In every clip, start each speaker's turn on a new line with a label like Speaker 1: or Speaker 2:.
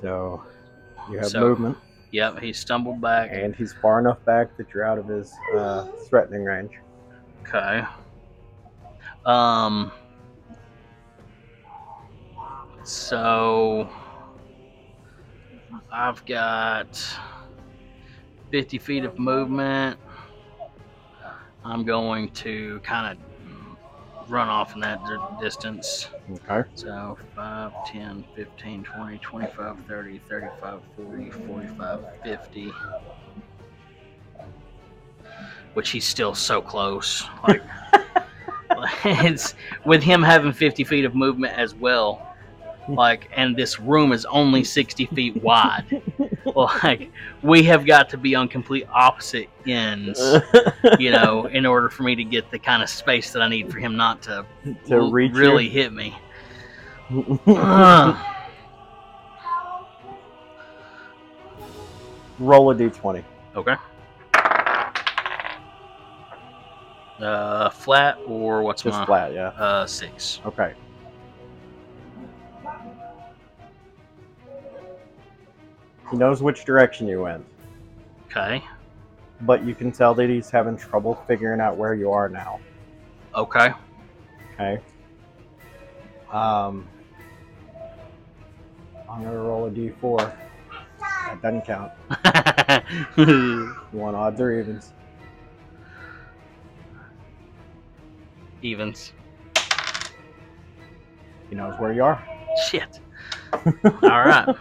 Speaker 1: So you have
Speaker 2: So-
Speaker 1: movement,
Speaker 2: Yep, he stumbled back.
Speaker 1: and he's far enough back that you're out of his uh, threatening range.
Speaker 2: Okay. Um. So I've got 50 feet of movement. I'm going to kind of run off in that di- distance.
Speaker 1: Okay.
Speaker 2: So 5, 10, 15, 20, 25, 30, 35, 40, 45, 50. Which he's still so close. Like, it's with him having 50 feet of movement as well. Like, and this room is only 60 feet wide. Like, we have got to be on complete opposite ends, you know, in order for me to get the kind of space that I need for him not to
Speaker 1: to reach you.
Speaker 2: really hit me. Uh,
Speaker 1: roll a d20.
Speaker 2: okay. Uh, flat or what's
Speaker 1: Just
Speaker 2: my
Speaker 1: flat, yeah.
Speaker 2: uh six?
Speaker 1: Okay. He knows which direction you went,
Speaker 2: Okay,
Speaker 1: but you can tell that he's having trouble figuring out where you are now.
Speaker 2: okay,
Speaker 1: Okay. Um, I'm gonna roll a d4. That doesn't count. You want odds or evens?
Speaker 2: evens.
Speaker 1: He knows where you are,
Speaker 2: Shit. All right.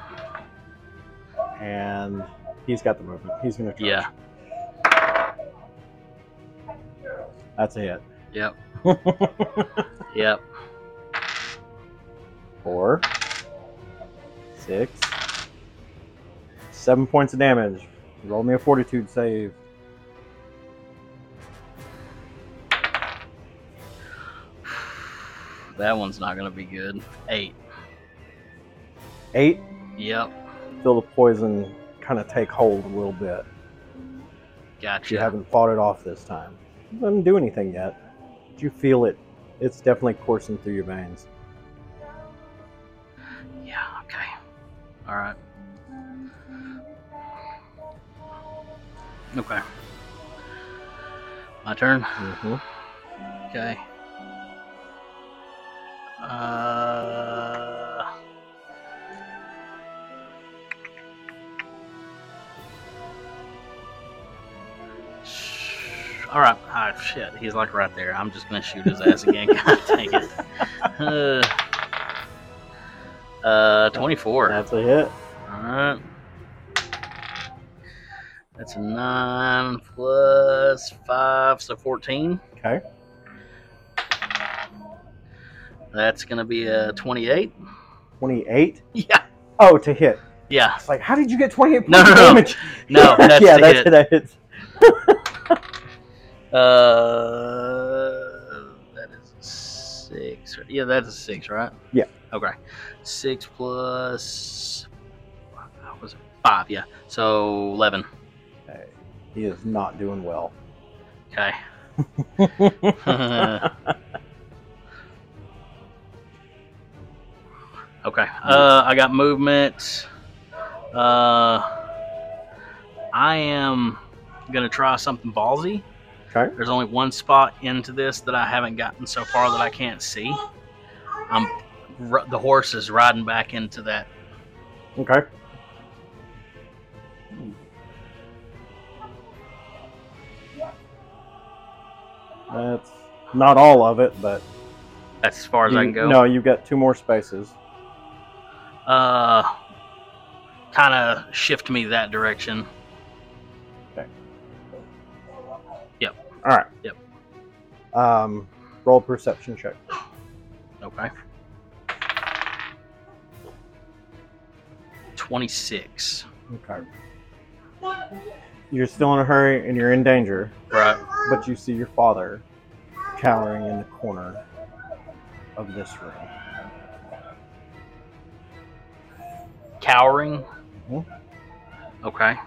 Speaker 1: and he's got the movement. He's gonna charge.
Speaker 2: Yeah.
Speaker 1: That's a hit.
Speaker 2: Yep. Yep.
Speaker 1: Four, six, seven points of damage. Roll me a fortitude save.
Speaker 2: That one's not gonna be good. Eight.
Speaker 1: Eight.
Speaker 2: Yep.
Speaker 1: Feel the poison kind of take hold a little bit.
Speaker 2: Gotcha.
Speaker 1: You haven't fought it off this time. It doesn't do anything yet. But you feel it. It's definitely coursing through your veins.
Speaker 2: Yeah, okay. All right. Okay. My turn.
Speaker 1: Mm-hmm.
Speaker 2: Okay. Uh. sh- All right. Ah, shit. He's like right there. I'm just gonna shoot his ass again. God dang it. Uh, uh, 24.
Speaker 1: That's a hit.
Speaker 2: Alright. That's a 9 plus 5, so 14.
Speaker 1: Okay.
Speaker 2: That's going to be
Speaker 1: Mm.
Speaker 2: a 28.
Speaker 1: 28.
Speaker 2: Yeah.
Speaker 1: Oh, to hit.
Speaker 2: Yeah.
Speaker 1: It's like, how did you get 28 points
Speaker 2: No,
Speaker 1: of
Speaker 2: no, no.
Speaker 1: damage?
Speaker 2: No, that's
Speaker 1: yeah,
Speaker 2: to
Speaker 1: that's
Speaker 2: hit.
Speaker 1: that hits.
Speaker 2: Uh, that is a 6. right? Yeah, that's a 6, right?
Speaker 1: Yeah.
Speaker 2: Okay. 6 plus. What was it? 5, yeah. So 11.
Speaker 1: He is not doing well.
Speaker 2: Okay. okay. Uh, I got movement. Uh, I am gonna try something ballsy.
Speaker 1: Okay.
Speaker 2: There's only one spot into this that I haven't gotten so far that I can't see. I'm r- the horse is riding back into that
Speaker 1: Okay. That's not all of it, but
Speaker 2: that's as far as I
Speaker 1: you-
Speaker 2: can go.
Speaker 1: no, you've got two more spaces.
Speaker 2: Uh, kind of shift me that direction.
Speaker 1: All right.
Speaker 2: Yep.
Speaker 1: Um, roll perception check.
Speaker 2: Okay. 26.
Speaker 1: Okay. You're still in a hurry and you're in danger,
Speaker 2: Right.
Speaker 1: but you see your father cowering in the corner of this room.
Speaker 2: Cowering.
Speaker 1: Mhm.
Speaker 2: Okay.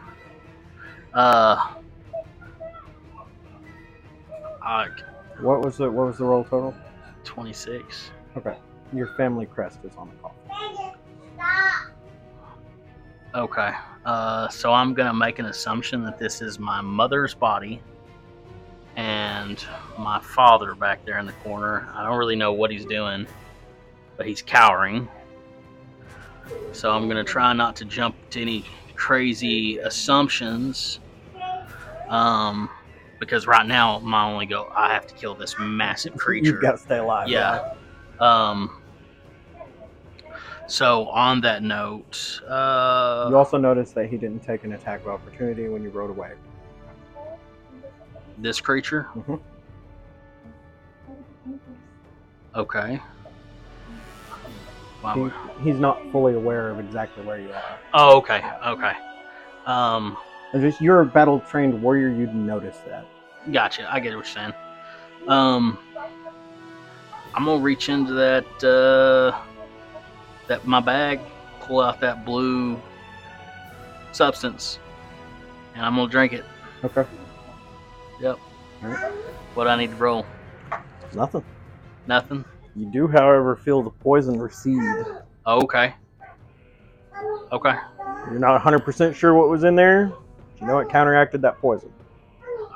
Speaker 2: Uh. Uh,
Speaker 1: What was the what was the roll total?
Speaker 2: 26.
Speaker 1: Your family crest is on the coffin.
Speaker 2: Okay. Uh, so I'm gonna make an assumption that this is my mother's body and my father back there in the corner. I don't really know what he's doing, but he's cowering. So I'm gonna try not to jump to any crazy assumptions. Um, because right now my only go I have to kill this massive creature.
Speaker 1: You've got to stay alive.
Speaker 2: Yeah. Um. So on that note, uh,
Speaker 1: You also noticed that he didn't take an attack of opportunity when you rode away.
Speaker 2: this creature.
Speaker 1: Mhm.
Speaker 2: Okay. Why
Speaker 1: He,
Speaker 2: would-
Speaker 1: he's not fully aware of exactly where you are.
Speaker 2: Oh, okay. Okay. Um.
Speaker 1: And just you're a battle trained warrior, you'd notice that.
Speaker 2: Gotcha. I get what you're saying. Um, I'm gonna reach into that uh, that my bag, pull out that blue substance, and I'm gonna drink it.
Speaker 1: Okay.
Speaker 2: What I need to roll?
Speaker 1: Nothing.
Speaker 2: Nothing.
Speaker 1: You do, however, feel the poison recede.
Speaker 2: Oh, okay. Okay.
Speaker 1: You're not 100% sure what was in there. but You know it counteracted that poison.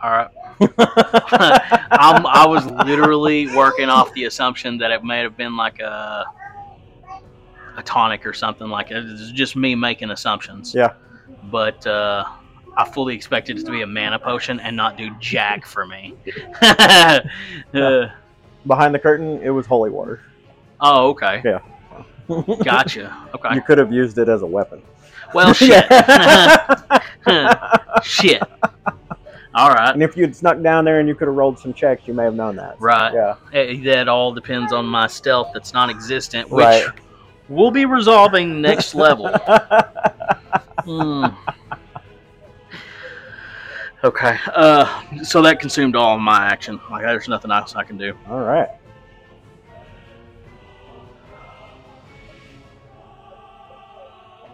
Speaker 2: All right. I'm, I was literally working off the assumption that it may have been like a a tonic or something like it. It's just me making assumptions.
Speaker 1: Yeah.
Speaker 2: But uh, I fully expected it to be a mana potion and not do jack for me. Uh,
Speaker 1: Behind the curtain, it was holy water.
Speaker 2: oh, okay.
Speaker 1: Yeah.
Speaker 2: Gotcha.
Speaker 1: You
Speaker 2: Okay.
Speaker 1: could have used it as a weapon.
Speaker 2: Well, Oh, shit. shit. All right.
Speaker 1: and if you'd snuck down there and you could have rolled some checks, you may have known that.
Speaker 2: Right.
Speaker 1: Yeah.
Speaker 2: Eh, That all depends on my stealth that's non existent, which
Speaker 1: Right.
Speaker 2: we'll be resolving next level. Hmm. Okay. Uh, so that consumed all of my action. Like, there's nothing else I can do.
Speaker 1: All right.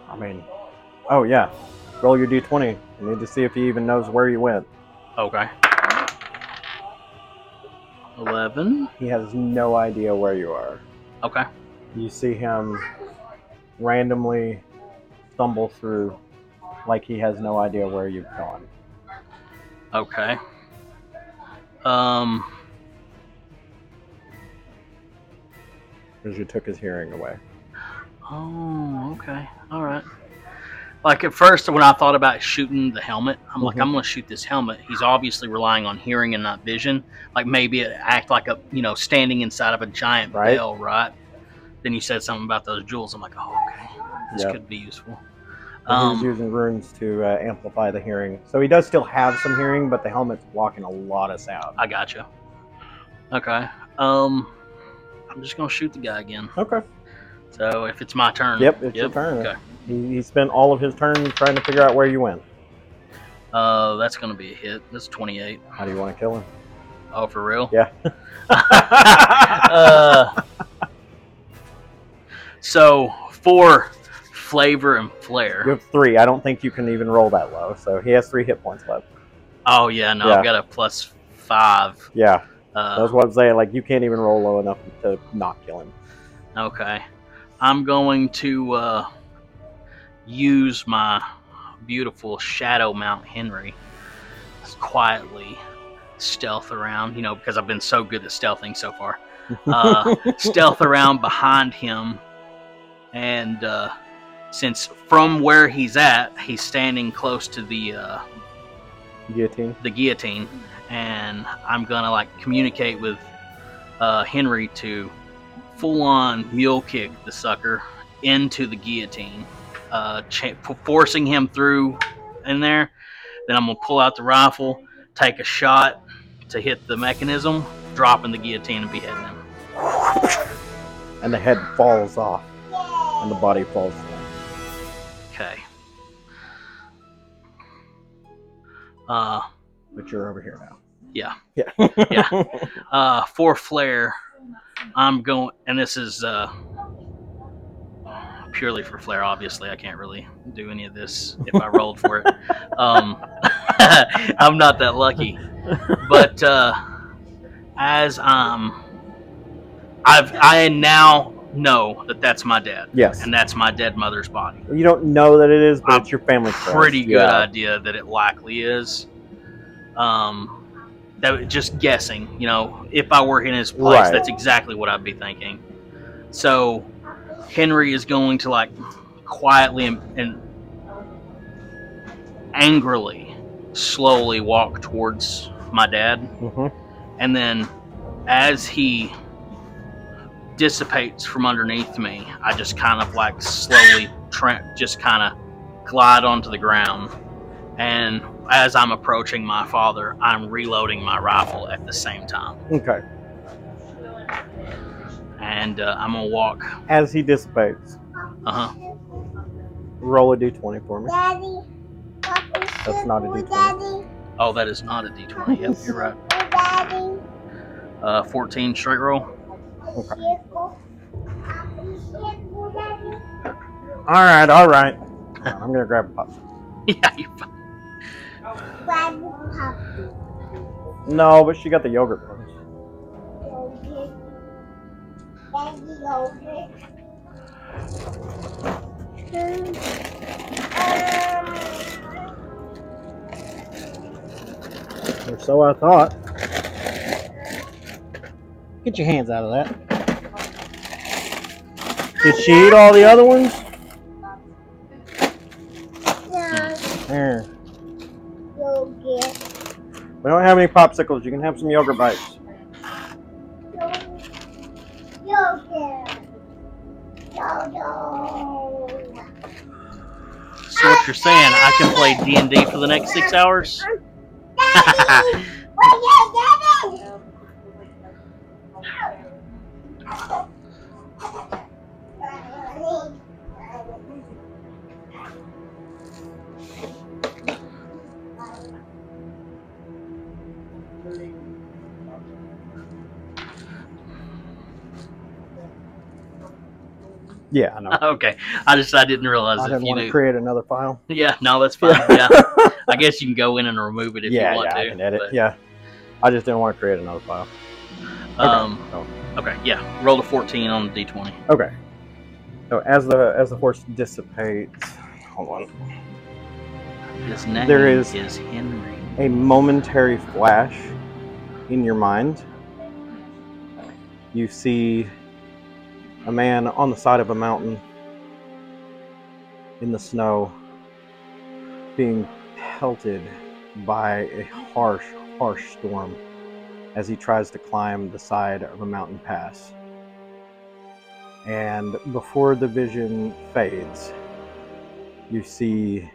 Speaker 1: I mean, oh yeah. Roll your d20. You need to see if he even knows where you went.
Speaker 2: Okay. Eleven.
Speaker 1: He has no idea where you are.
Speaker 2: Okay.
Speaker 1: You see him randomly stumble through like he has no idea where you've gone.
Speaker 2: Okay. Um.
Speaker 1: Because you took his hearing away.
Speaker 2: Oh. Okay. All right. Like at first, when I thought about shooting the helmet, I'm like,
Speaker 1: Mhm.
Speaker 2: I'm gonna shoot this helmet. He's obviously relying on hearing and not vision. Like maybe it act like a you know standing inside of a giant
Speaker 1: Right.
Speaker 2: bell, right? Then you said something about those jewels. I'm like, oh, okay. This
Speaker 1: Yeah.
Speaker 2: could be useful.
Speaker 1: And he was
Speaker 2: Um,
Speaker 1: using runes to uh, amplify the hearing. So he does still have some hearing, but the helmet's blocking a lot of sound.
Speaker 2: I gotcha. Okay. Um, I'm just gonna shoot the guy again.
Speaker 1: Okay.
Speaker 2: So if it's my turn.
Speaker 1: Yep, it's your turn.
Speaker 2: Okay.
Speaker 1: He, he spent all of his turn trying to figure out where you went.
Speaker 2: Uh, that's gonna be a hit. That's 28.
Speaker 1: How do you want to kill him?
Speaker 2: Oh, for real?
Speaker 1: Yeah.
Speaker 2: uh, so for flavor and flair.
Speaker 1: You have three. I don't think you can even roll that low. So he has three hit points left.
Speaker 2: Oh yeah, no, I've got a plus five.
Speaker 1: Yeah,
Speaker 2: Uh,
Speaker 1: that's what I'm saying. Like you can't even roll low enough to not kill him.
Speaker 2: okay. I'm going to uh, use my beautiful Shadow Mount Henry Just quietly stealth around, you know, because I've been so good at stealthing so far. Uh, stealth around behind him, and uh, since from where he's at, he's standing close to the uh,
Speaker 1: Guillotine.
Speaker 2: the guillotine, and I'm gonna like communicate with uh, Henry to full on mule kick the sucker into the guillotine, uh, cha- f- forcing him through in there. Then I'm gonna pull out the rifle, take a shot to hit the mechanism, dropping the guillotine and beheading him.
Speaker 1: And the head falls off, and the body falls. down.
Speaker 2: Okay. Uh,
Speaker 1: But you're over here now.
Speaker 2: Yeah.
Speaker 1: Yeah.
Speaker 2: Yeah. uh, for flair, I'm going, and this is uh, purely for flair. Obviously, I can't really do any of this if I rolled for it. Um, I'm not that lucky. But uh, as um, I've I now know that that's my dad
Speaker 1: Yes.
Speaker 2: and that's my dead mother's body.
Speaker 1: You don't know that it is, but
Speaker 2: I'm
Speaker 1: it's your family. crest.
Speaker 2: Pretty good
Speaker 1: Yeah.
Speaker 2: idea that it likely is. Um, that was just guessing. You know, if I were in his place,
Speaker 1: Right.
Speaker 2: that's exactly what I'd be thinking. So Henry is going to like quietly and, and angrily, slowly walk towards my dad.
Speaker 1: Mhm.
Speaker 2: And then as he dissipates from underneath me, I just kind of like slowly tra- just kind of glide onto the ground. And as I'm approaching my father, I'm reloading my rifle at the same time.
Speaker 1: Okay.
Speaker 2: And uh, I'm going to walk.
Speaker 1: As he dissipates,
Speaker 2: Uh huh.
Speaker 1: roll a d20 for me.
Speaker 3: Daddy, that's
Speaker 1: not a D20.
Speaker 3: Daddy,
Speaker 2: Oh, that is not a d20. Yep, you're right.
Speaker 3: oh, Daddy,
Speaker 2: Uh, 14 straight roll.
Speaker 1: Okay.
Speaker 3: Circle. Circle, Daddy.
Speaker 1: All right. All right. I'm gonna grab a pop.
Speaker 2: yeah, you fu-
Speaker 3: Daddy, Papa,
Speaker 1: No, but she got the yogurt ones.
Speaker 3: Yogi. Daddy, Yogi. Hmm. Um,
Speaker 1: Or so I thought. Get your hands out of that. Did she eat all the other ones?
Speaker 3: no,
Speaker 1: Here.
Speaker 3: Yogi.
Speaker 1: We don't have any popsicles. You can have some yogurt bites.
Speaker 3: Yogi. Yogi.
Speaker 2: so what you're saying, I can play D&D for the next six hours?
Speaker 3: Daddy, where you getting?
Speaker 1: Yeah, I know.
Speaker 2: okay. I just I didn't realize
Speaker 1: I
Speaker 2: if
Speaker 1: didn't
Speaker 2: you
Speaker 1: want to
Speaker 2: knew.
Speaker 1: create another file.
Speaker 2: Yeah, no, that's fine. Yeah, I guess you can go in and remove it if
Speaker 1: yeah,
Speaker 2: you want
Speaker 1: yeah,
Speaker 2: to.
Speaker 1: I can edit.
Speaker 2: but,
Speaker 1: Yeah, I just didn't want to create another file. Okay.
Speaker 2: Um,
Speaker 1: so,
Speaker 2: okay, yeah. Roll a 14 on the d20.
Speaker 1: okay. So as the as the horse dissipates, hold on.
Speaker 2: His name
Speaker 1: There is-
Speaker 2: is Henry.
Speaker 1: a momentary flash in your mind. You see a man on the side of a mountain in the snow being pelted by a harsh, harsh storm as he tries to climb the side of a mountain pass. And before the vision fades, you see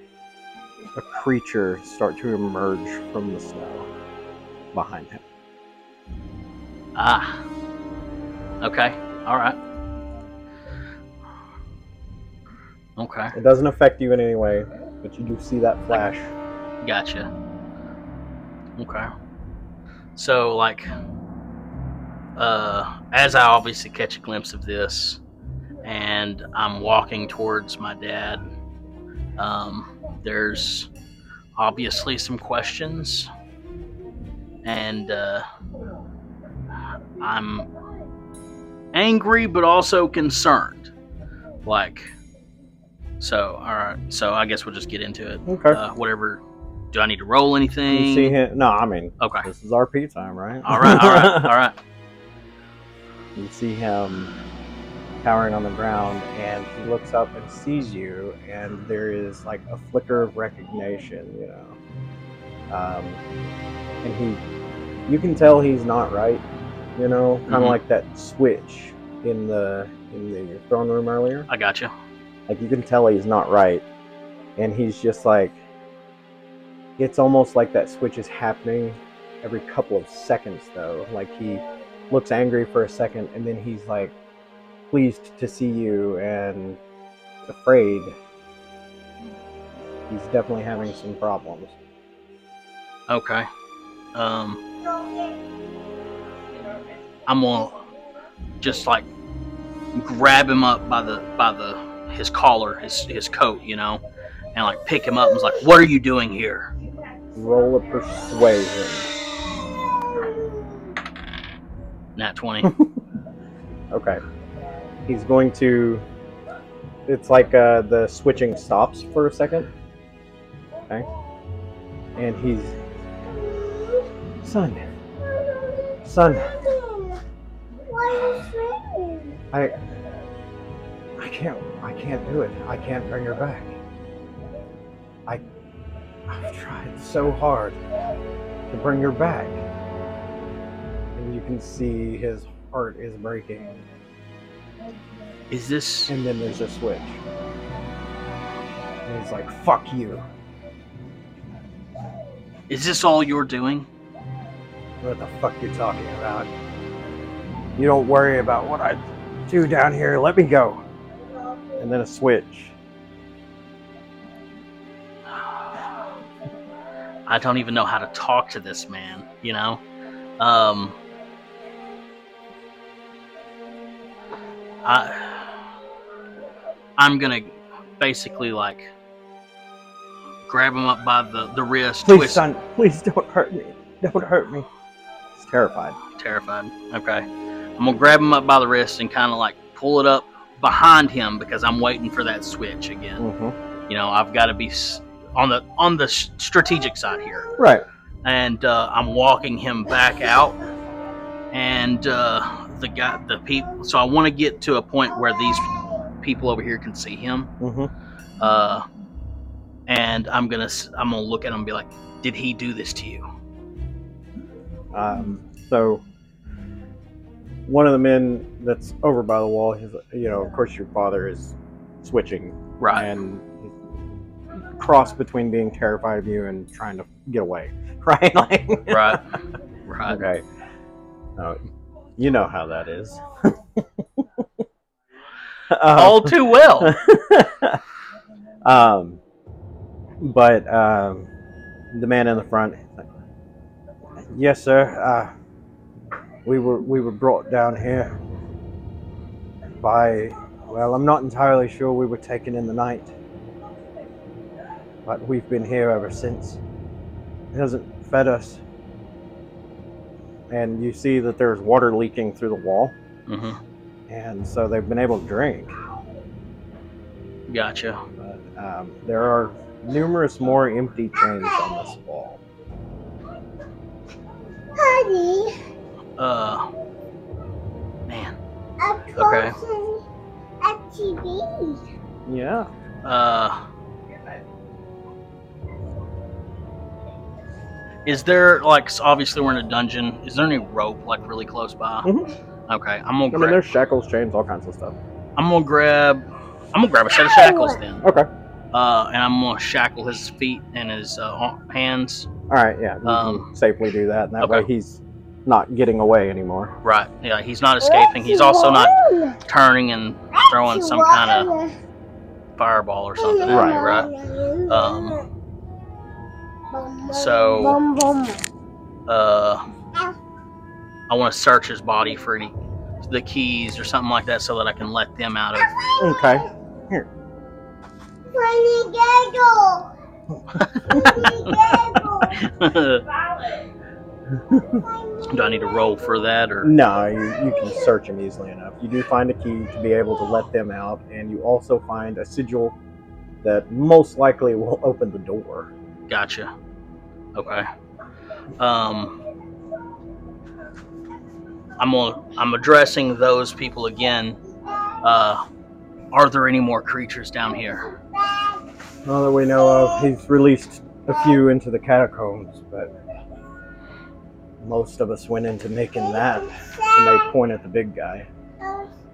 Speaker 1: a creature start to emerge from the snow behind him.
Speaker 2: Ah. Okay. All right. Okay.
Speaker 1: It doesn't affect you in any way, but you do see that flash.
Speaker 2: Uh, Gotcha. Okay. So like uh as I obviously catch a glimpse of this and I'm walking towards my dad, um there's obviously some questions and uh I'm angry but also concerned. Like so all right, so I guess we'll just get into it
Speaker 1: Okay.
Speaker 2: uh, whatever. Do I need to roll
Speaker 1: you see
Speaker 2: anything?
Speaker 1: him? No, I mean,
Speaker 2: Okay.
Speaker 1: this is RP time, right?
Speaker 2: All right. All right. All right.
Speaker 1: you see him cowering on the ground, and he looks up and sees you, and there is like a flicker of recognition, you know. Um, and he, you can tell he's not right, you know, kind of
Speaker 2: Mhm.
Speaker 1: like that switch in the in the throne room earlier.
Speaker 2: I got you.
Speaker 1: Like you can tell he's not right, and he's just like, it's almost like that switch is happening every couple of seconds though. Like he looks angry for a second, and then he's like pleased to see you and afraid. He's definitely having some problems.
Speaker 2: Okay. Um, I'm gonna just like grab him up by the by the his collar, his his coat, you know, and like pick him up and was like, "What are you doing here?"
Speaker 1: Roll a persuasion.
Speaker 2: Nat twenty.
Speaker 1: Okay. He's going to. It's like uh, the switching stops for a second, Okay. and he's son, son.
Speaker 3: Why are you screaming?
Speaker 1: I I can't I can't do it. I can't bring her back. I I've tried so hard to bring her back. And you can see his heart is breaking.
Speaker 2: Is this
Speaker 1: And then there's a switch. And he's like, fuck you.
Speaker 2: is this all you're doing?
Speaker 1: What the fuck you talking about? You don't worry about what I do down here. Let me go. And then a switch.
Speaker 2: I don't even know how to talk to this man, you know? Um I I'm gonna basically like grab him up by the, the wrist,
Speaker 1: Please,
Speaker 2: twist
Speaker 1: son, please don't hurt me. Don't hurt me. He's terrified.
Speaker 2: terrified. Okay. I'm gonna grab him up by the wrist and kinda like pull it up behind him because I'm waiting for that switch again.
Speaker 1: Mm-hmm.
Speaker 2: You know, I've gotta be s- on the on the s- strategic side here.
Speaker 1: Right.
Speaker 2: and uh, I'm walking him back out. And uh, the guy, the people. So I want to get to a point where these people over here can see him.
Speaker 1: Mm-hmm.
Speaker 2: Uh, and I'm gonna, s- I'm gonna look at him and be like, "Did he do this to you?"
Speaker 1: Um, so one of the men that's over by the wall, he's, you know, of course, your father is switching
Speaker 2: Right.
Speaker 1: and he's cross between being terrified of you and trying to get away. Right? Like,
Speaker 2: Right. Right.
Speaker 1: okay. Oh, you know how that is. Um,
Speaker 2: All too well.
Speaker 1: um, but um, the man in the front, yes, sir. Uh, we were we were brought down here by. Well, I'm not entirely sure we were taken in the night, but we've been here ever since. It hasn't fed us, and you see that there's water leaking through the wall,
Speaker 2: hmm
Speaker 1: and so they've been able to drink.
Speaker 2: Gotcha.
Speaker 1: But um, there are numerous more empty chains on this wall.
Speaker 3: Honey,
Speaker 2: Uh, man.
Speaker 3: I'm
Speaker 2: Okay.
Speaker 3: watching a TV.
Speaker 1: Yeah.
Speaker 2: Uh, is there like s- obviously we're in a dungeon? Is there any rope like really close by?
Speaker 1: Mhm.
Speaker 2: Okay, I'm gonna
Speaker 1: I mean,
Speaker 2: grab.
Speaker 1: there's shackles, chains, all kinds of stuff.
Speaker 2: I'm gonna grab. I'm gonna grab a set of shackles then.
Speaker 1: Okay.
Speaker 2: Uh, and I'm gonna shackle his feet and his uh, ar- hands.
Speaker 1: All right. Yeah. You
Speaker 2: Um,
Speaker 1: can safely do that, and that
Speaker 2: okay.
Speaker 1: way he's not getting away anymore.
Speaker 2: Right. Yeah, he's not escaping. He's also not turning and throwing some kind
Speaker 3: of
Speaker 2: of fireball or something. Right.
Speaker 1: Right.
Speaker 2: Right. Um, so-
Speaker 3: Bum, bum, bum.
Speaker 2: Uh, I want to search his body for any the keys or something like that, so that I can let them out of
Speaker 1: Okay.
Speaker 3: Funny gaggle. Funny gaggle.
Speaker 2: Do I need to roll for that or?
Speaker 1: No, you, you can search him easily enough. You do find a key to be able to let them out, and you also find a sigil that most likely will open the door.
Speaker 2: Gotcha. Okay. Um, I'm on, I'm addressing those people again. Uh, are there any more creatures down here?
Speaker 1: All that we know of, he's released a few into the catacombs, but most of us went into making that. and they point at the big guy.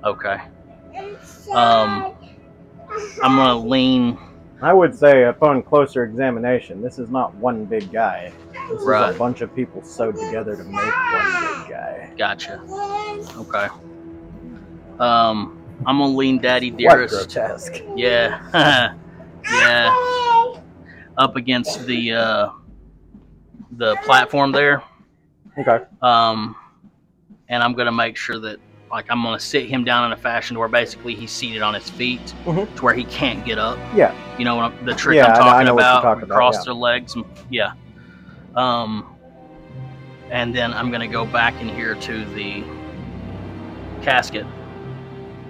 Speaker 2: Okay. Um, I'm gonna lean.
Speaker 1: I would say, upon closer examination, this is not one big guy. This
Speaker 2: Right.
Speaker 1: is a bunch of people sewed together to make one big guy.
Speaker 2: Gotcha. Okay. Um, I'm gonna lean, Daddy
Speaker 1: Quite
Speaker 2: dearest.
Speaker 1: grotesque.
Speaker 2: Yeah. yeah. up against the uh, the platform there.
Speaker 1: Okay.
Speaker 2: Um, and I'm gonna make sure that like I'm gonna sit him down in a fashion where basically he's seated on his feet
Speaker 1: Mhm.
Speaker 2: to where he can't get up.
Speaker 1: Yeah.
Speaker 2: You know what I'm, the trick
Speaker 1: Yeah, I
Speaker 2: I'm
Speaker 1: know- I
Speaker 2: talking
Speaker 1: know what you're
Speaker 2: about.
Speaker 1: talking about,
Speaker 2: cross
Speaker 1: yeah.
Speaker 2: their legs. And, yeah. Um, and then I'm gonna go back in here to the casket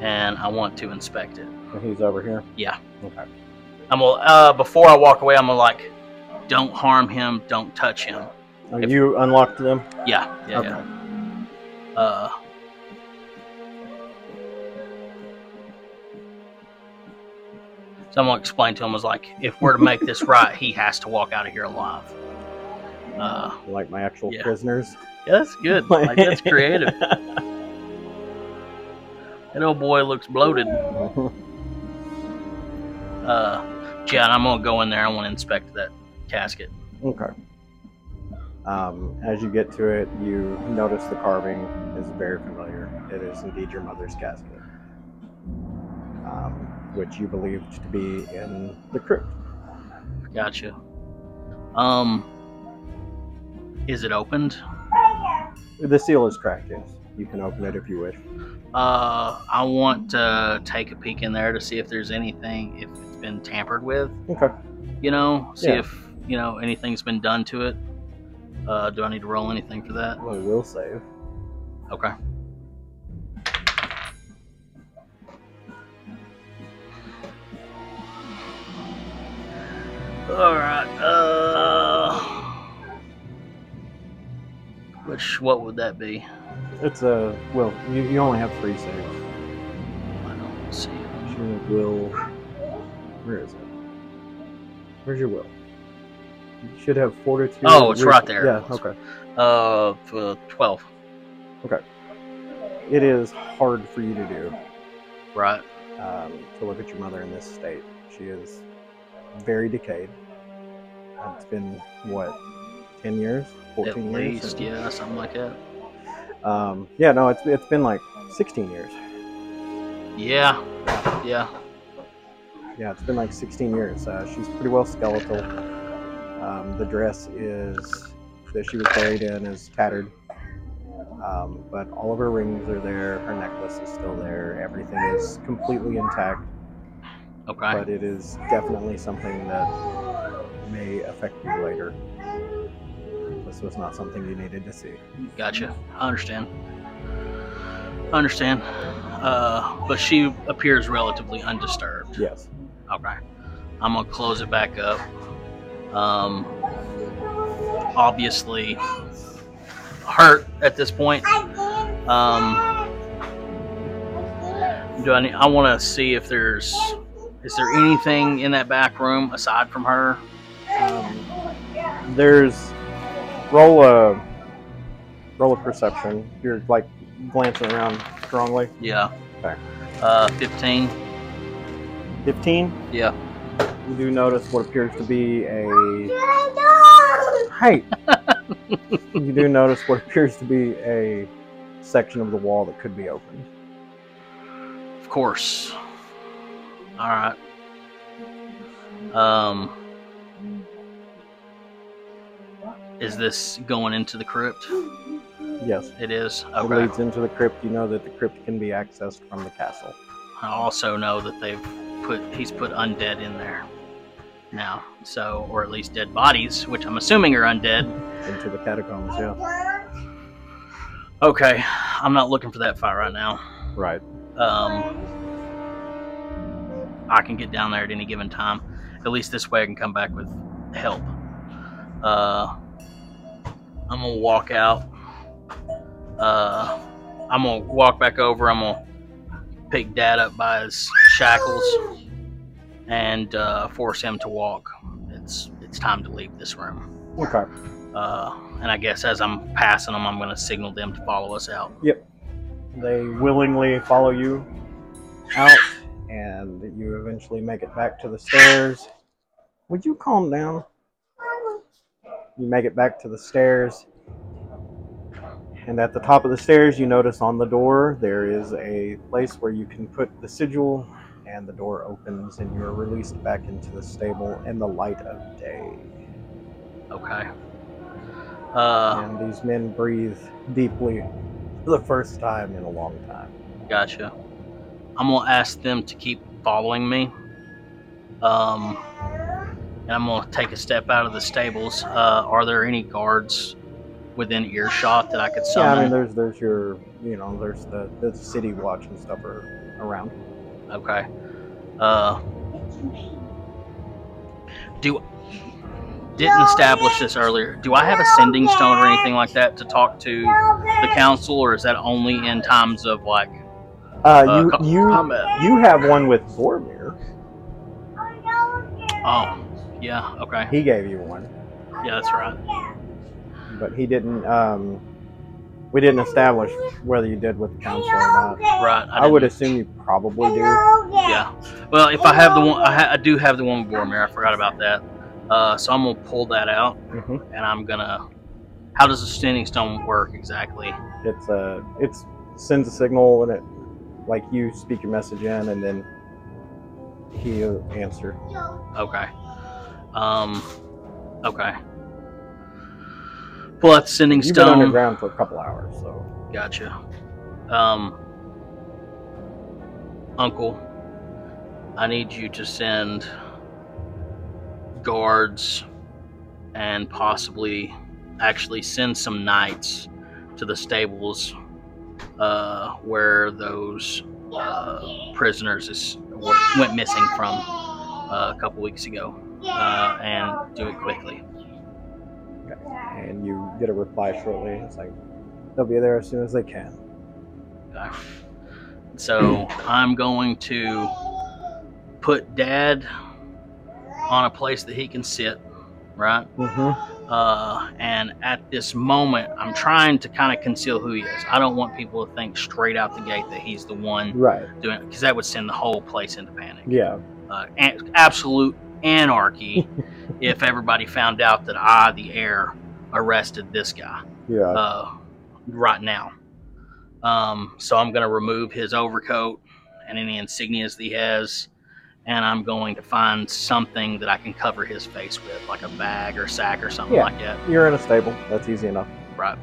Speaker 2: and I want to inspect it.
Speaker 1: And he's over here.
Speaker 2: I'm gonna, uh, before I walk away, I'm gonna like, don't harm him, don't touch him.
Speaker 1: Oh,
Speaker 2: If-
Speaker 1: you unlocked them.
Speaker 2: Yeah, yeah,
Speaker 1: Okay.
Speaker 2: yeah. Uh, so I'm gonna explain to him I was like, if we're to make this right, he has to walk out of here alive. Uh,
Speaker 1: Like my actual
Speaker 2: Yeah.
Speaker 1: prisoners.
Speaker 2: yeah, that's good. Like that's creative. That old boy looks bloated. Uh, Chad, I'm gonna go in there. I want to inspect that casket.
Speaker 1: Okay. Um, as you get to it, you notice the carving is very familiar. It is indeed your mother's casket, um, which you believed to be in the crypt.
Speaker 2: Gotcha. Um, is it opened?
Speaker 1: The seal is cracked, yes. You can open it if you wish.
Speaker 2: Uh, I want to take a peek in there to see if there's anything, if it's been tampered with.
Speaker 1: Okay.
Speaker 2: You know, see
Speaker 1: Yeah.
Speaker 2: if you know anything's been done to it. Uh, do I need to roll anything for that?
Speaker 1: Well, we'll save.
Speaker 2: Okay. All right. Uh, which what would that be?
Speaker 1: It's a will. You, you only have three saves.
Speaker 2: I don't see.
Speaker 1: Your will. Where is it? Where's your will? You should have fortitude.
Speaker 2: Oh, it's
Speaker 1: wis-
Speaker 2: right there.
Speaker 1: Yeah. Okay.
Speaker 2: Uh, for twelve.
Speaker 1: It is hard for you to do.
Speaker 2: Right.
Speaker 1: um, to look at your mother in this state. She is very decayed. Uh, It's been what, ten years,
Speaker 2: At
Speaker 1: fourteen years?
Speaker 2: least, yeah, something like that.
Speaker 1: Um, yeah, no, it's it's been like sixteen years.
Speaker 2: Yeah, yeah.
Speaker 1: Yeah, it's been like sixteen years. Uh, she's pretty well skeletal. Um, the dress is that she was buried in is tattered. Um, but all of her rings are there. Her necklace is still there. Everything is completely intact.
Speaker 2: Okay.
Speaker 1: But it is definitely something that may affect you later. This was not something you needed to see.
Speaker 2: Gotcha. I understand. I understand. Uh, but she appears relatively undisturbed.
Speaker 1: Yes.
Speaker 2: Okay. I'm gonna close it back up. Um, obviously hurt at this point. Um, do I? Need, I want to see if there's is there anything um, in that back room aside from her?
Speaker 1: There's roll a roll a perception. You're like glancing around strongly.
Speaker 2: Yeah.
Speaker 1: Okay.
Speaker 2: Uh, fifteen.
Speaker 1: Fifteen.
Speaker 2: Yeah.
Speaker 1: You do notice what appears to be a hey. you do notice what appears to be a section of the wall that could be opened.
Speaker 2: Of course. All right. Um, is this going into the crypt?
Speaker 1: Yes.
Speaker 2: It is.
Speaker 1: It
Speaker 2: Okay.
Speaker 1: leads into the crypt. You know that the crypt can be accessed from the castle.
Speaker 2: I also know that they've put he's put undead in there now, so or at least dead bodies, which I'm assuming are undead.
Speaker 1: Into the catacombs. Yeah.
Speaker 2: Okay, I'm not looking for that fight right now.
Speaker 1: Right.
Speaker 2: Um, I can get down there at any given time. At least this way I can come back with help. Uh, I'm gonna walk out. Uh, I'm gonna walk back over. I'm gonna pick Dad up by his shackles and uh, force him to walk. It's it's time to leave this room.
Speaker 1: Okay.
Speaker 2: Uh, and I guess as I'm passing them, I'm gonna signal them to follow us out.
Speaker 1: they willingly follow you out and you eventually make it back to the stairs would you calm down you make it back to the stairs and at the top of the stairs you notice on the door there is a place where you can put the sigil and the door opens and you are released back into the stable in the light of day
Speaker 2: Okay. Uh,
Speaker 1: and these men breathe deeply for the first time in a long time
Speaker 2: Gotcha. I'm gonna ask them to keep following me. Um, and I'm gonna take a step out of the stables. Uh, are there any guards within earshot that I could
Speaker 1: Yeah, I
Speaker 2: summon?
Speaker 1: mean, there's there's your you know there's the the city watch and stuff are around.
Speaker 2: Okay. Uh, do didn't establish this earlier. Do I have a sending stone or anything like that to talk to the council, or is that only in times of like uh,
Speaker 1: Uh,
Speaker 2: co-
Speaker 1: you you
Speaker 2: combat?
Speaker 1: you have one with Boromir.
Speaker 2: Oh, yeah. Okay.
Speaker 1: He gave you one,
Speaker 2: Yeah, that's right.
Speaker 1: but he didn't. Um, we didn't establish whether you did with the council or not. Oh,
Speaker 2: Right.
Speaker 1: I would
Speaker 2: didn't-
Speaker 1: assume you probably do.
Speaker 2: Yeah. Well, if I have the one, I, ha- I do have the one with Boromir. I forgot about that. Uh, so I'm gonna pull that out,
Speaker 1: hmm
Speaker 2: and I'm gonna. How does the standing stone work exactly?
Speaker 1: It's uh, it's sends a signal and it, like you speak your message in, and then he'll answer.
Speaker 2: Okay. Um. Okay. Pull out the sending
Speaker 1: You've been
Speaker 2: stone.
Speaker 1: underground for a couple hours, so
Speaker 2: Gotcha. Um, Uncle, I need you to send guards and possibly actually send some knights to the stables uh, where those uh, prisoners is, were, went missing from uh, a couple weeks ago uh, and do it quickly.
Speaker 1: and you get a reply shortly. It's like they'll be there as soon as they can.
Speaker 2: Uh, So I'm going to put Dad on a place that he can sit, right?
Speaker 1: Mm-hmm.
Speaker 2: Uh, and at this moment, I'm trying to kind of conceal who he is. I don't want people to think straight out the gate that he's the one
Speaker 1: Right.
Speaker 2: doing because that would send the whole place into panic.
Speaker 1: Yeah.
Speaker 2: Uh, an- absolute anarchy if everybody found out that I, the heir, arrested this guy
Speaker 1: Yeah.
Speaker 2: uh, right now. Um, so I'm going to remove his overcoat and any insignias that he has, and I'm going to find something that I can cover his face with, like a bag or sack or something
Speaker 1: Yeah.
Speaker 2: like that.
Speaker 1: You're in a stable. That's easy enough.
Speaker 2: Right.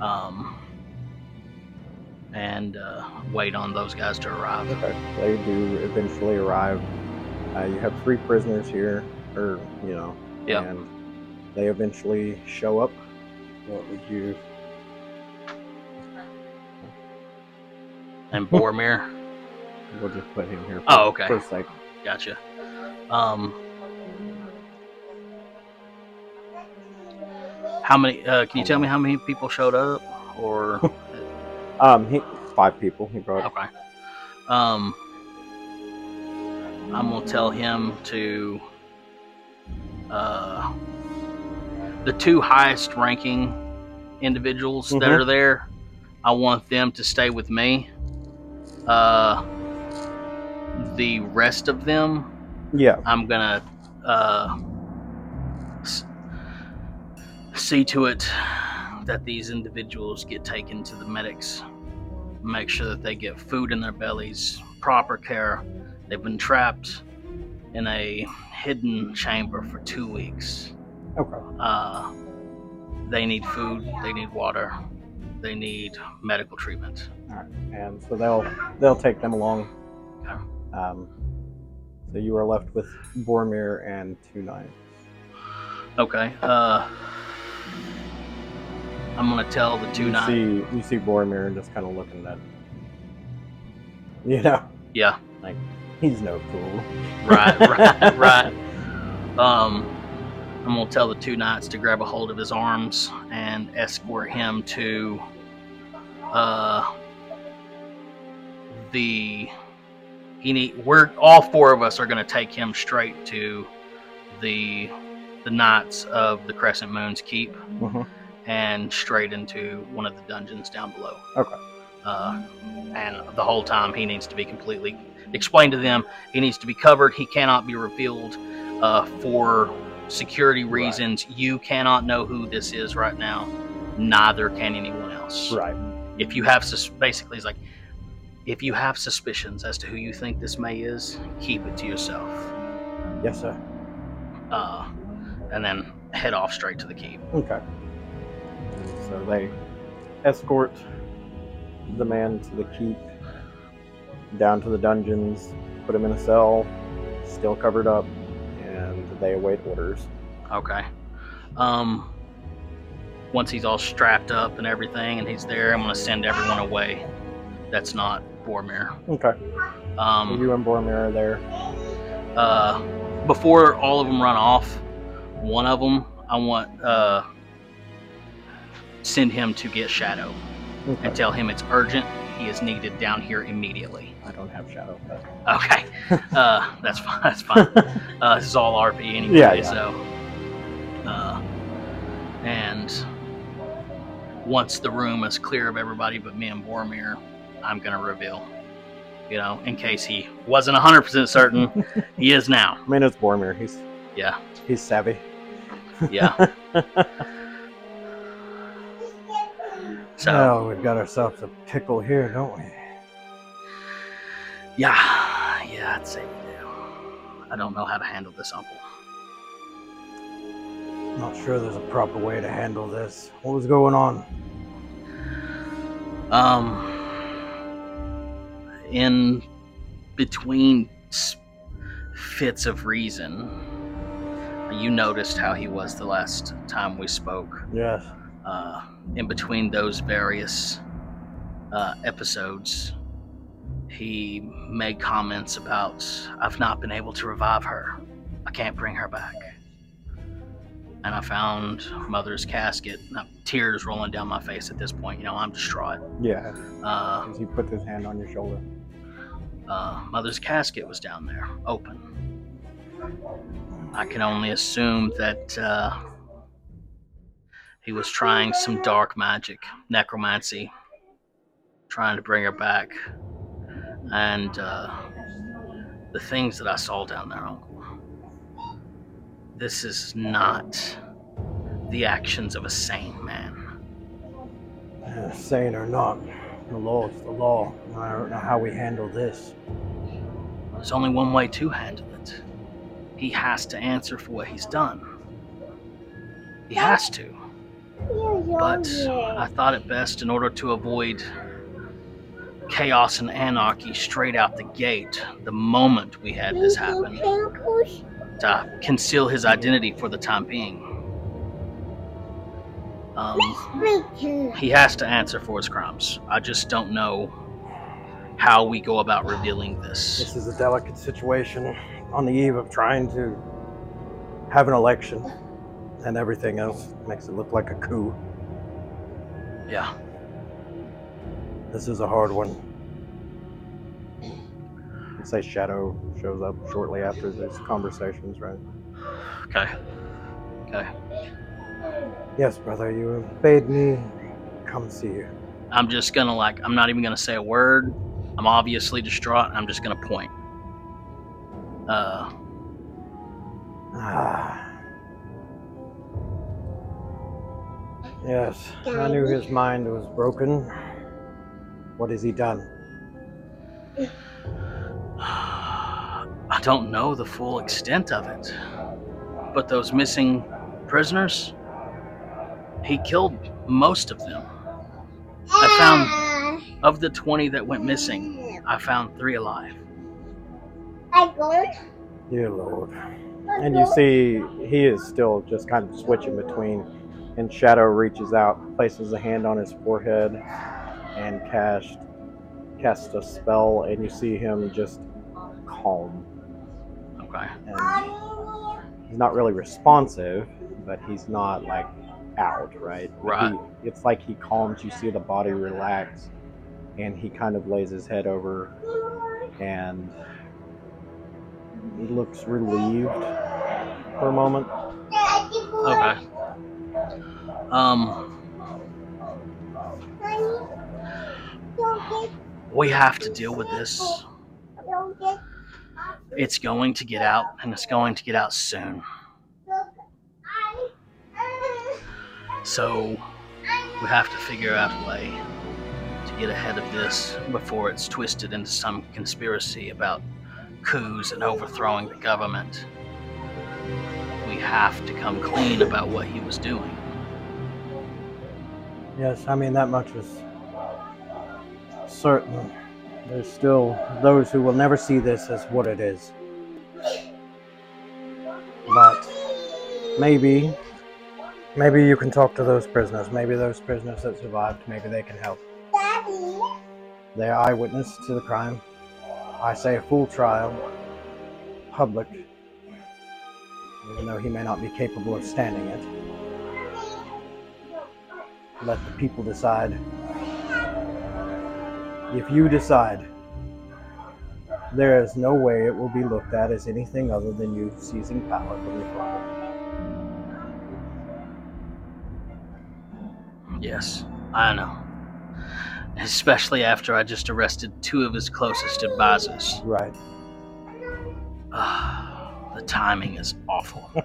Speaker 2: Um, and uh, wait on those guys to arrive.
Speaker 1: Okay. They do eventually arrive. Uh, you have three prisoners here, or you know,
Speaker 2: Yeah.
Speaker 1: and they eventually show up. What would you?
Speaker 2: And Boromir,
Speaker 1: We'll just put him here. For,
Speaker 2: Oh, okay.
Speaker 1: For a second.
Speaker 2: gotcha. Um, how many? Uh, can you tell me how many people showed up, or?
Speaker 1: Um, he five people. He brought.
Speaker 2: Okay. Um, I'm gonna tell him to. Uh, the two highest ranking individuals that
Speaker 1: Mhm.
Speaker 2: are there, I want them to stay with me. Uh, the rest of them,
Speaker 1: Yeah.
Speaker 2: I'm gonna uh, s- see to it that these individuals get taken to the medics. Make sure that they get food in their bellies, proper care. They've been trapped in a hidden chamber for two weeks.
Speaker 1: Okay.
Speaker 2: Uh, they need food, they need water, they need medical treatment.
Speaker 1: And so they'll they'll take them along.
Speaker 2: Okay.
Speaker 1: Um, so you are left with Boromir and two nine.
Speaker 2: Okay. Uh, I'm gonna tell the two
Speaker 1: you
Speaker 2: nine.
Speaker 1: see you see Boromir and just kind of looking at. You know,
Speaker 2: Yeah.
Speaker 1: he's no fool.
Speaker 2: right, right, right. Um, I'm gonna tell the two knights to grab a hold of his arms and escort him to uh, the. He need. We're all four of us are gonna take him straight to the the knights of the Crescent Moon's keep
Speaker 1: Mhm.
Speaker 2: and straight into one of the dungeons down below.
Speaker 1: Okay.
Speaker 2: Uh, and the whole time he needs to be completely explained to them. He needs to be covered. He cannot be revealed uh, for security
Speaker 1: Right.
Speaker 2: reasons. You cannot know who this is right now. Neither can anyone else.
Speaker 1: Right.
Speaker 2: If you have sus- basically, it's like if you have suspicions as to who you think this may is, keep it to yourself.
Speaker 1: Yes, sir.
Speaker 2: Uh, and then head off straight to the keep.
Speaker 1: Okay. So they escort the man to the keep, down to the dungeons, put him in a cell, still covered up, and they await orders.
Speaker 2: Okay. Um. Once he's all strapped up and everything, and he's there, I'm gonna send everyone away. That's not Boromir.
Speaker 1: Okay.
Speaker 2: Um,
Speaker 1: You and Boromir are there.
Speaker 2: uh, before all of them run off, one of them I want uh, send him to get Shadow
Speaker 1: Okay.
Speaker 2: and tell him it's urgent. He is needed down here immediately.
Speaker 1: I don't have Shadow. But...
Speaker 2: Okay, uh, that's fine. That's fine. Uh, this is all RP anyway,
Speaker 1: Yeah, yeah.
Speaker 2: so. Uh, and once the room is clear of everybody but me and Boromir, I'm gonna reveal. You know, in case he wasn't 100% certain, he is now.
Speaker 1: I mean, it's Boromir. He's
Speaker 2: Yeah.
Speaker 1: He's savvy.
Speaker 2: Yeah. So
Speaker 1: Oh, we've got ourselves a pickle here, don't we?
Speaker 2: yeah, yeah, I'd say we do. I don't know how to handle this, Uncle.
Speaker 1: Not sure there's a proper way to handle this. What was going on?
Speaker 2: Um, in between s- fits of reason, you noticed how he was the last time we spoke.
Speaker 1: Yes.
Speaker 2: Uh, in between those various uh, episodes, he made comments about I've not been able to revive her. I can't bring her back. And I found Mother's casket, and I- tears rolling down my face at this point. You know, I'm distraught.
Speaker 1: Yeah.
Speaker 2: Uh,
Speaker 1: As he puts his hand on your shoulder.
Speaker 2: uh, mother's casket was down there, open. I can only assume that uh, he was trying some dark magic, necromancy, trying to bring her back. And uh, the things that I saw down there, Uncle, this is not the actions of a sane man.
Speaker 1: Saying or not, the law is the law. I don't know how we handle this.
Speaker 2: There's only one way to handle it. He has to answer for what he's done. He has to. But I thought it best in order to avoid chaos and anarchy straight out the gate the moment we had this happen to conceal his identity for the time being. Um, he has to answer for his crimes. I just don't know how we go about revealing this.
Speaker 1: This is a delicate situation on the eve of trying to have an election and everything else makes it look like a coup.
Speaker 2: Yeah.
Speaker 1: This is a hard one. Let's say Shadow shows up shortly after these conversations, right?
Speaker 2: Okay.
Speaker 1: Yes, brother, you bade me come see you.
Speaker 2: I'm just gonna like. I'm not even gonna say a word. I'm obviously distraught. I'm just gonna point. Uh,
Speaker 1: Ah. Yes, I knew his mind was broken. What has he done?
Speaker 2: I don't know the full extent of it, but those missing prisoners, he killed most of them.
Speaker 3: I
Speaker 2: Of the 20 that went missing, I found three alive.
Speaker 3: I go.
Speaker 1: Dear Lord. And you see, he is still just kind of switching between. And Shadow reaches out, places a hand on his forehead, and cast casts a spell. And you see him just calm,
Speaker 2: Okay.
Speaker 1: and he's not really responsive, but he's not like out, right? But
Speaker 2: Right.
Speaker 1: He, it's like he calms. You see the body relax, and he kind of lays his head over, and he looks relieved for a moment.
Speaker 2: Okay. Um, we have to deal with this. It's going to get out, and it's going to get out soon. So we have to figure out a way to get ahead of this before it's twisted into some conspiracy about coups and overthrowing the government. We have to come clean about what he was doing.
Speaker 1: Yes, I mean, that much is certain. There's still those who will never see this as what it is. But maybe, maybe you can talk to those prisoners. Maybe those prisoners that survived, maybe they can help.
Speaker 3: Daddy,
Speaker 1: They're eyewitness to the crime. I say a full trial, public, even though he may not be capable of standing it. Let the people decide. If you decide, there is no way it will be looked at as anything other than you seizing power from the throne.
Speaker 2: Yes, I know. Especially after I just arrested two of his closest advisors.
Speaker 1: Right.
Speaker 2: Ah, the timing is awful.
Speaker 1: Uh,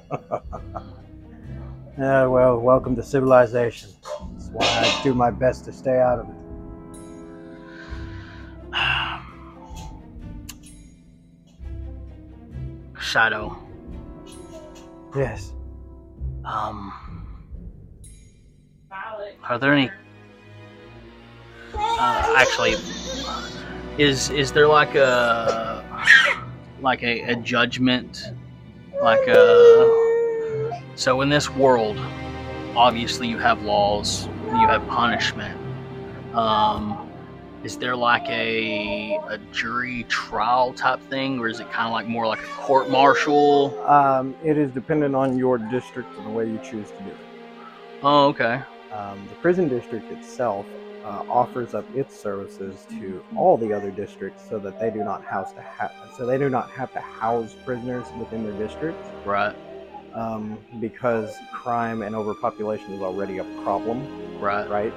Speaker 1: well, welcome to civilization. That's why I do my best to stay out of it.
Speaker 2: Shadow,
Speaker 1: Yes.
Speaker 2: um. Are there any. Uh, actually, is is there like a. Like a, a judgment? Like uh, a. So in this world, obviously you have laws, you have punishment. Um, is there like a a jury trial type thing, or is it kind of like more like a court martial?
Speaker 1: Um, it is dependent on your district and the way you choose to do it.
Speaker 2: Oh, okay.
Speaker 1: Um, the prison district itself uh, offers up its services to all the other districts so that they do not house to ha- so they do not have to house prisoners within their districts
Speaker 2: Right,
Speaker 1: um, because crime and overpopulation is already a problem,
Speaker 2: right.
Speaker 1: right?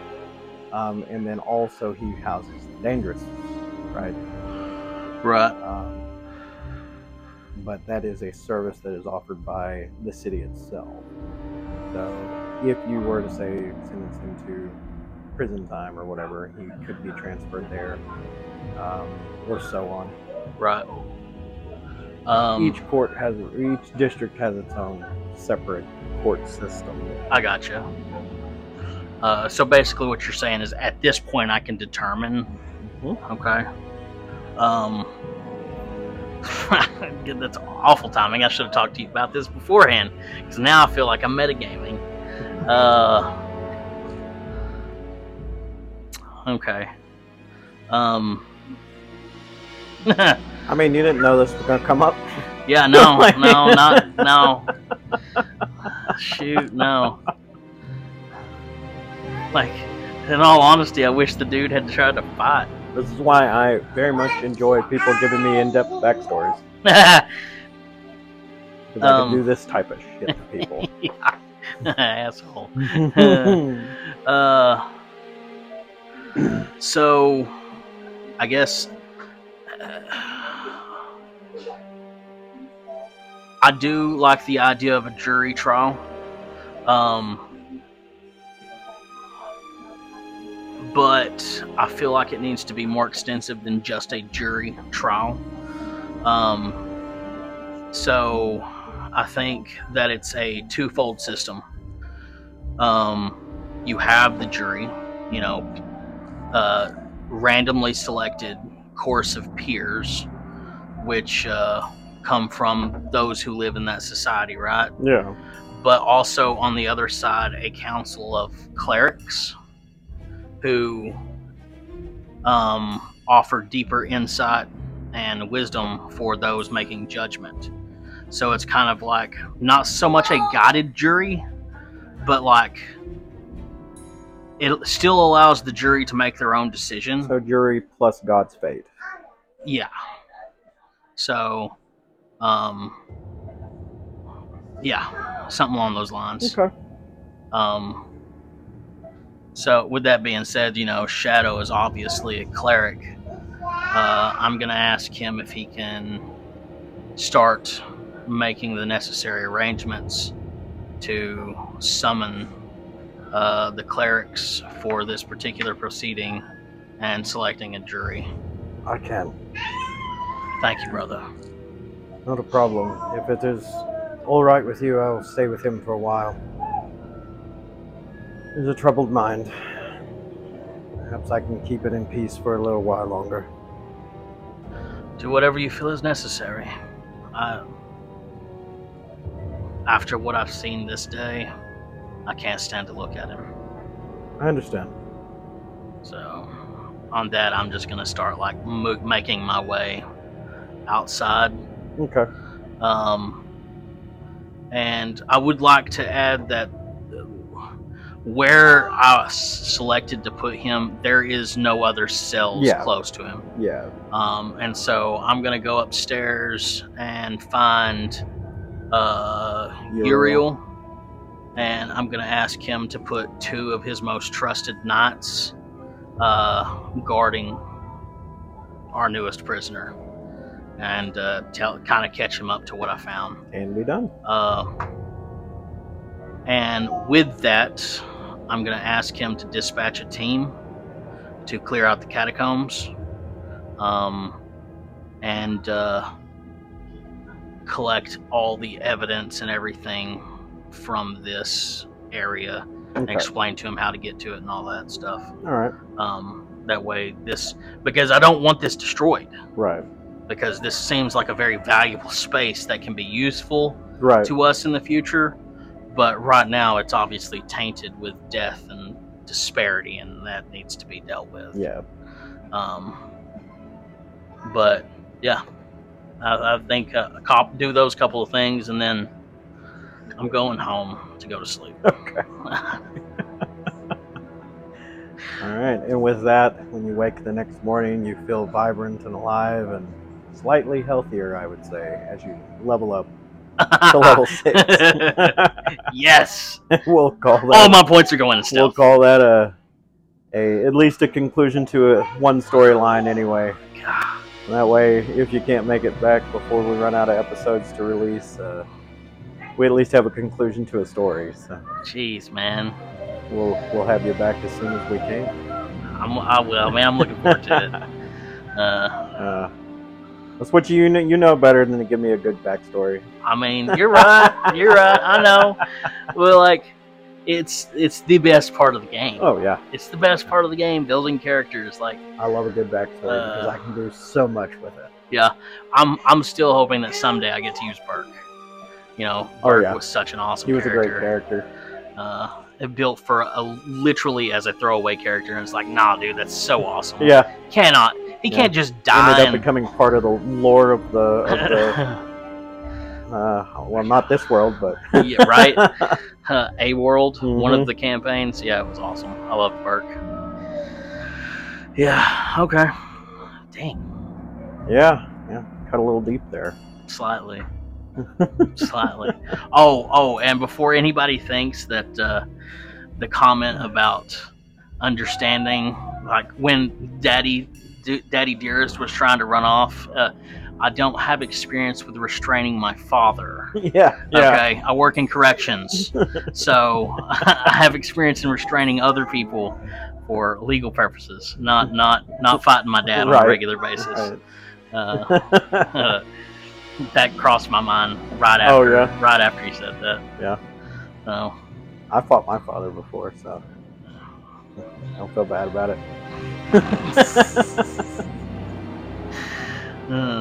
Speaker 1: Um, and then also he houses the dangerous, right?
Speaker 2: Right.
Speaker 1: Um, but that is a service that is offered by the city itself. So if you were to say sentence him to prison time or whatever, he could be transferred there, um, or so on.
Speaker 2: Right. Um,
Speaker 1: each court has, each district has its own separate court system.
Speaker 2: I gotcha. Uh, so basically, what you're saying is, at this point, I can determine. Okay. Um. dude, that's awful timing. I should have talked to you about this beforehand, because now I feel like I'm metagaming. Uh. Okay. Um.
Speaker 1: I mean, you didn't know this was gonna come up.
Speaker 2: Yeah, no,
Speaker 1: Like-
Speaker 2: no, not no. Shoot, no. Like, in all honesty, I wish the dude had tried to fight.
Speaker 1: This is why I very much enjoy people giving me in-depth backstories because I
Speaker 2: Um.
Speaker 1: can do this type of shit to people.
Speaker 2: Asshole. Uh. So, I guess. uh, I do like the idea of a jury trial. Um, but I feel like it needs to be more extensive than just a jury trial. Um, so I think that it's a twofold system. Um, you have the jury, you know, uh, randomly selected course of peers, which uh, come from those who live in that society, right?
Speaker 1: yeah.
Speaker 2: but also on the other side a council of clerics who um, offer deeper insight and wisdom for those making judgment so it's kind of like not so much a guided jury but like it still allows the jury to make their own decision
Speaker 1: So jury plus God's fate.
Speaker 2: yeah. So, um, yeah, something along those lines.
Speaker 1: Okay.
Speaker 2: Um, so, with that being said, you know, Shadow is obviously a cleric. Uh, I'm going to ask him if he can start making the necessary arrangements to summon uh, the clerics for this particular proceeding and selecting a jury.
Speaker 1: I can.
Speaker 2: Thank you, brother.
Speaker 1: Not a problem. If it is all right with you, I'll stay with him for a while. He's a troubled mind. Perhaps I can keep it in peace for a little while longer.
Speaker 2: Do whatever you feel is necessary. I, after what I've seen this day, I can't stand to look at him.
Speaker 1: I understand.
Speaker 2: So on that, I'm just gonna start like mo- making my way outside.
Speaker 1: Okay.
Speaker 2: Um, and I would like to add that uh, where I s- selected to put him, there is no other cells
Speaker 1: Yeah.
Speaker 2: close to him.
Speaker 1: Yeah.
Speaker 2: Um, and so I'm gonna go upstairs and find uh,
Speaker 1: Uriel.
Speaker 2: Uriel, and I'm gonna ask him to put two of his most trusted knights uh, guarding our newest prisoner, and uh, tell kind of catch him up to what I found.
Speaker 1: And be done.
Speaker 2: Uh, and with that, I'm going to ask him to dispatch a team to clear out the catacombs um, and uh, collect all the evidence and everything from this area and
Speaker 1: Okay.
Speaker 2: explain to him how to get to it and all that stuff.
Speaker 1: All right.
Speaker 2: Um, that way, this, because I don't want this destroyed,
Speaker 1: Right.
Speaker 2: because this seems like a very valuable space that can be useful
Speaker 1: Right.
Speaker 2: to us in the future, but right now it's obviously tainted with death and disparity, and that needs to be dealt with.
Speaker 1: Yeah.
Speaker 2: Um, but yeah, I, I think uh, a cop do those couple of things, and then I'm going home to go to sleep.
Speaker 1: Okay. All right. And with that, when you wake the next morning, you feel vibrant and alive and slightly healthier, I would say, as you level up to level six.
Speaker 2: yes,
Speaker 1: we'll call that.
Speaker 2: all my points are going to
Speaker 1: we'll
Speaker 2: stealth.
Speaker 1: call that a, a at least a conclusion to a, one storyline anyway. And that way, if you can't make it back before we run out of episodes to release, uh, we at least have a conclusion to a story. So
Speaker 2: Jeez, man,
Speaker 1: we'll we'll have you back as soon as we can.
Speaker 2: I'm, I will, man. I'm looking forward to it. Uh,
Speaker 1: Uh, that's what you know, you know better than to give me a good backstory.
Speaker 2: I mean, you're right. You're right. I know. Well, like, it's it's the best part of the game.
Speaker 1: Oh yeah,
Speaker 2: It's the best part of the game. Building characters. Like,
Speaker 1: I love a good backstory because
Speaker 2: Uh.
Speaker 1: I can do so much with it.
Speaker 2: yeah, I'm I'm still hoping that someday I get to use Burke. You know,
Speaker 1: Oh,
Speaker 2: Burke
Speaker 1: yeah.
Speaker 2: was such an awesome.
Speaker 1: He was a
Speaker 2: character.
Speaker 1: great character.
Speaker 2: Uh, it built for a literally as a throwaway character, and it's like, nah, dude, that's so awesome.
Speaker 1: Yeah,
Speaker 2: cannot. He
Speaker 1: Yeah.
Speaker 2: can't just die.
Speaker 1: ended up
Speaker 2: and-
Speaker 1: becoming part of the lore of the of the uh, well, not this world, but
Speaker 2: yeah, right. Uh, a World, one
Speaker 1: Mhm.
Speaker 2: of the campaigns. Yeah, it was awesome. I love Burke. Yeah. Okay. Dang.
Speaker 1: yeah, yeah, cut a little deep there.
Speaker 2: Slightly. Slightly. Oh, oh, and before anybody thinks that uh, the comment about understanding, like when Daddy, D- Daddy Dearest was trying to run off, uh, I don't have experience with restraining my father.
Speaker 1: yeah, yeah,
Speaker 2: Okay, I work in corrections, so I have experience in restraining other people for legal purposes, not not not fighting my dad on
Speaker 1: Right.
Speaker 2: a regular basis.
Speaker 1: Right.
Speaker 2: Uh, that crossed my mind right
Speaker 1: Oh,
Speaker 2: after
Speaker 1: yeah.
Speaker 2: right after you said that.
Speaker 1: Yeah.
Speaker 2: So
Speaker 1: I fought my father before, so I don't feel bad about it.
Speaker 2: uh,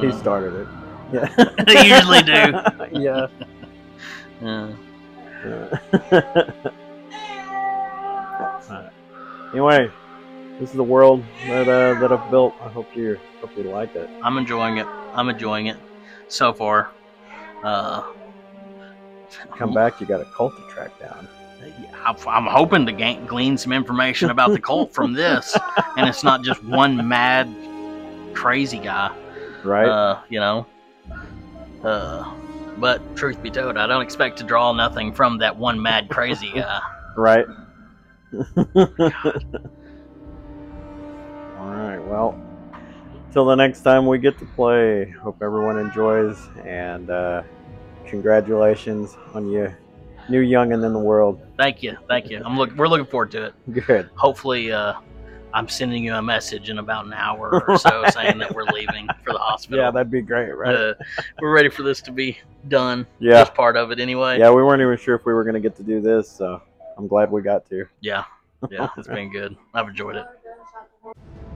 Speaker 1: He started it. Yeah,
Speaker 2: they usually do.
Speaker 1: yeah.
Speaker 2: Uh, Uh,
Speaker 1: anyway, this is the world that uh, that I've built. I hope you hope you like it.
Speaker 2: I'm enjoying it. I'm enjoying it so far. Uh,
Speaker 1: Come back, you got a cult to track down.
Speaker 2: I'm I'm hoping to gain, glean some information about the cult from this, and it's not just one mad, crazy guy.
Speaker 1: Right?
Speaker 2: Uh, you know. Uh, but truth be told, I don't expect to draw nothing from that one mad, crazy guy.
Speaker 1: right. All right. Well, till the next time we get to play. Hope everyone enjoys, and uh, congratulations on you, new youngin in the world.
Speaker 2: Thank you, thank you. I'm look. We're looking forward to it.
Speaker 1: Good.
Speaker 2: Hopefully, uh, I'm sending you a message in about an hour or so saying that we're leaving for the hospital.
Speaker 1: Yeah, that'd be great, right?
Speaker 2: Uh, we're ready for this to be done.
Speaker 1: Yeah.
Speaker 2: This part of it, anyway.
Speaker 1: Yeah, we weren't even sure if we were gonna get to do this, so I'm glad we got to.
Speaker 2: Yeah, yeah, it's been good. I've enjoyed it.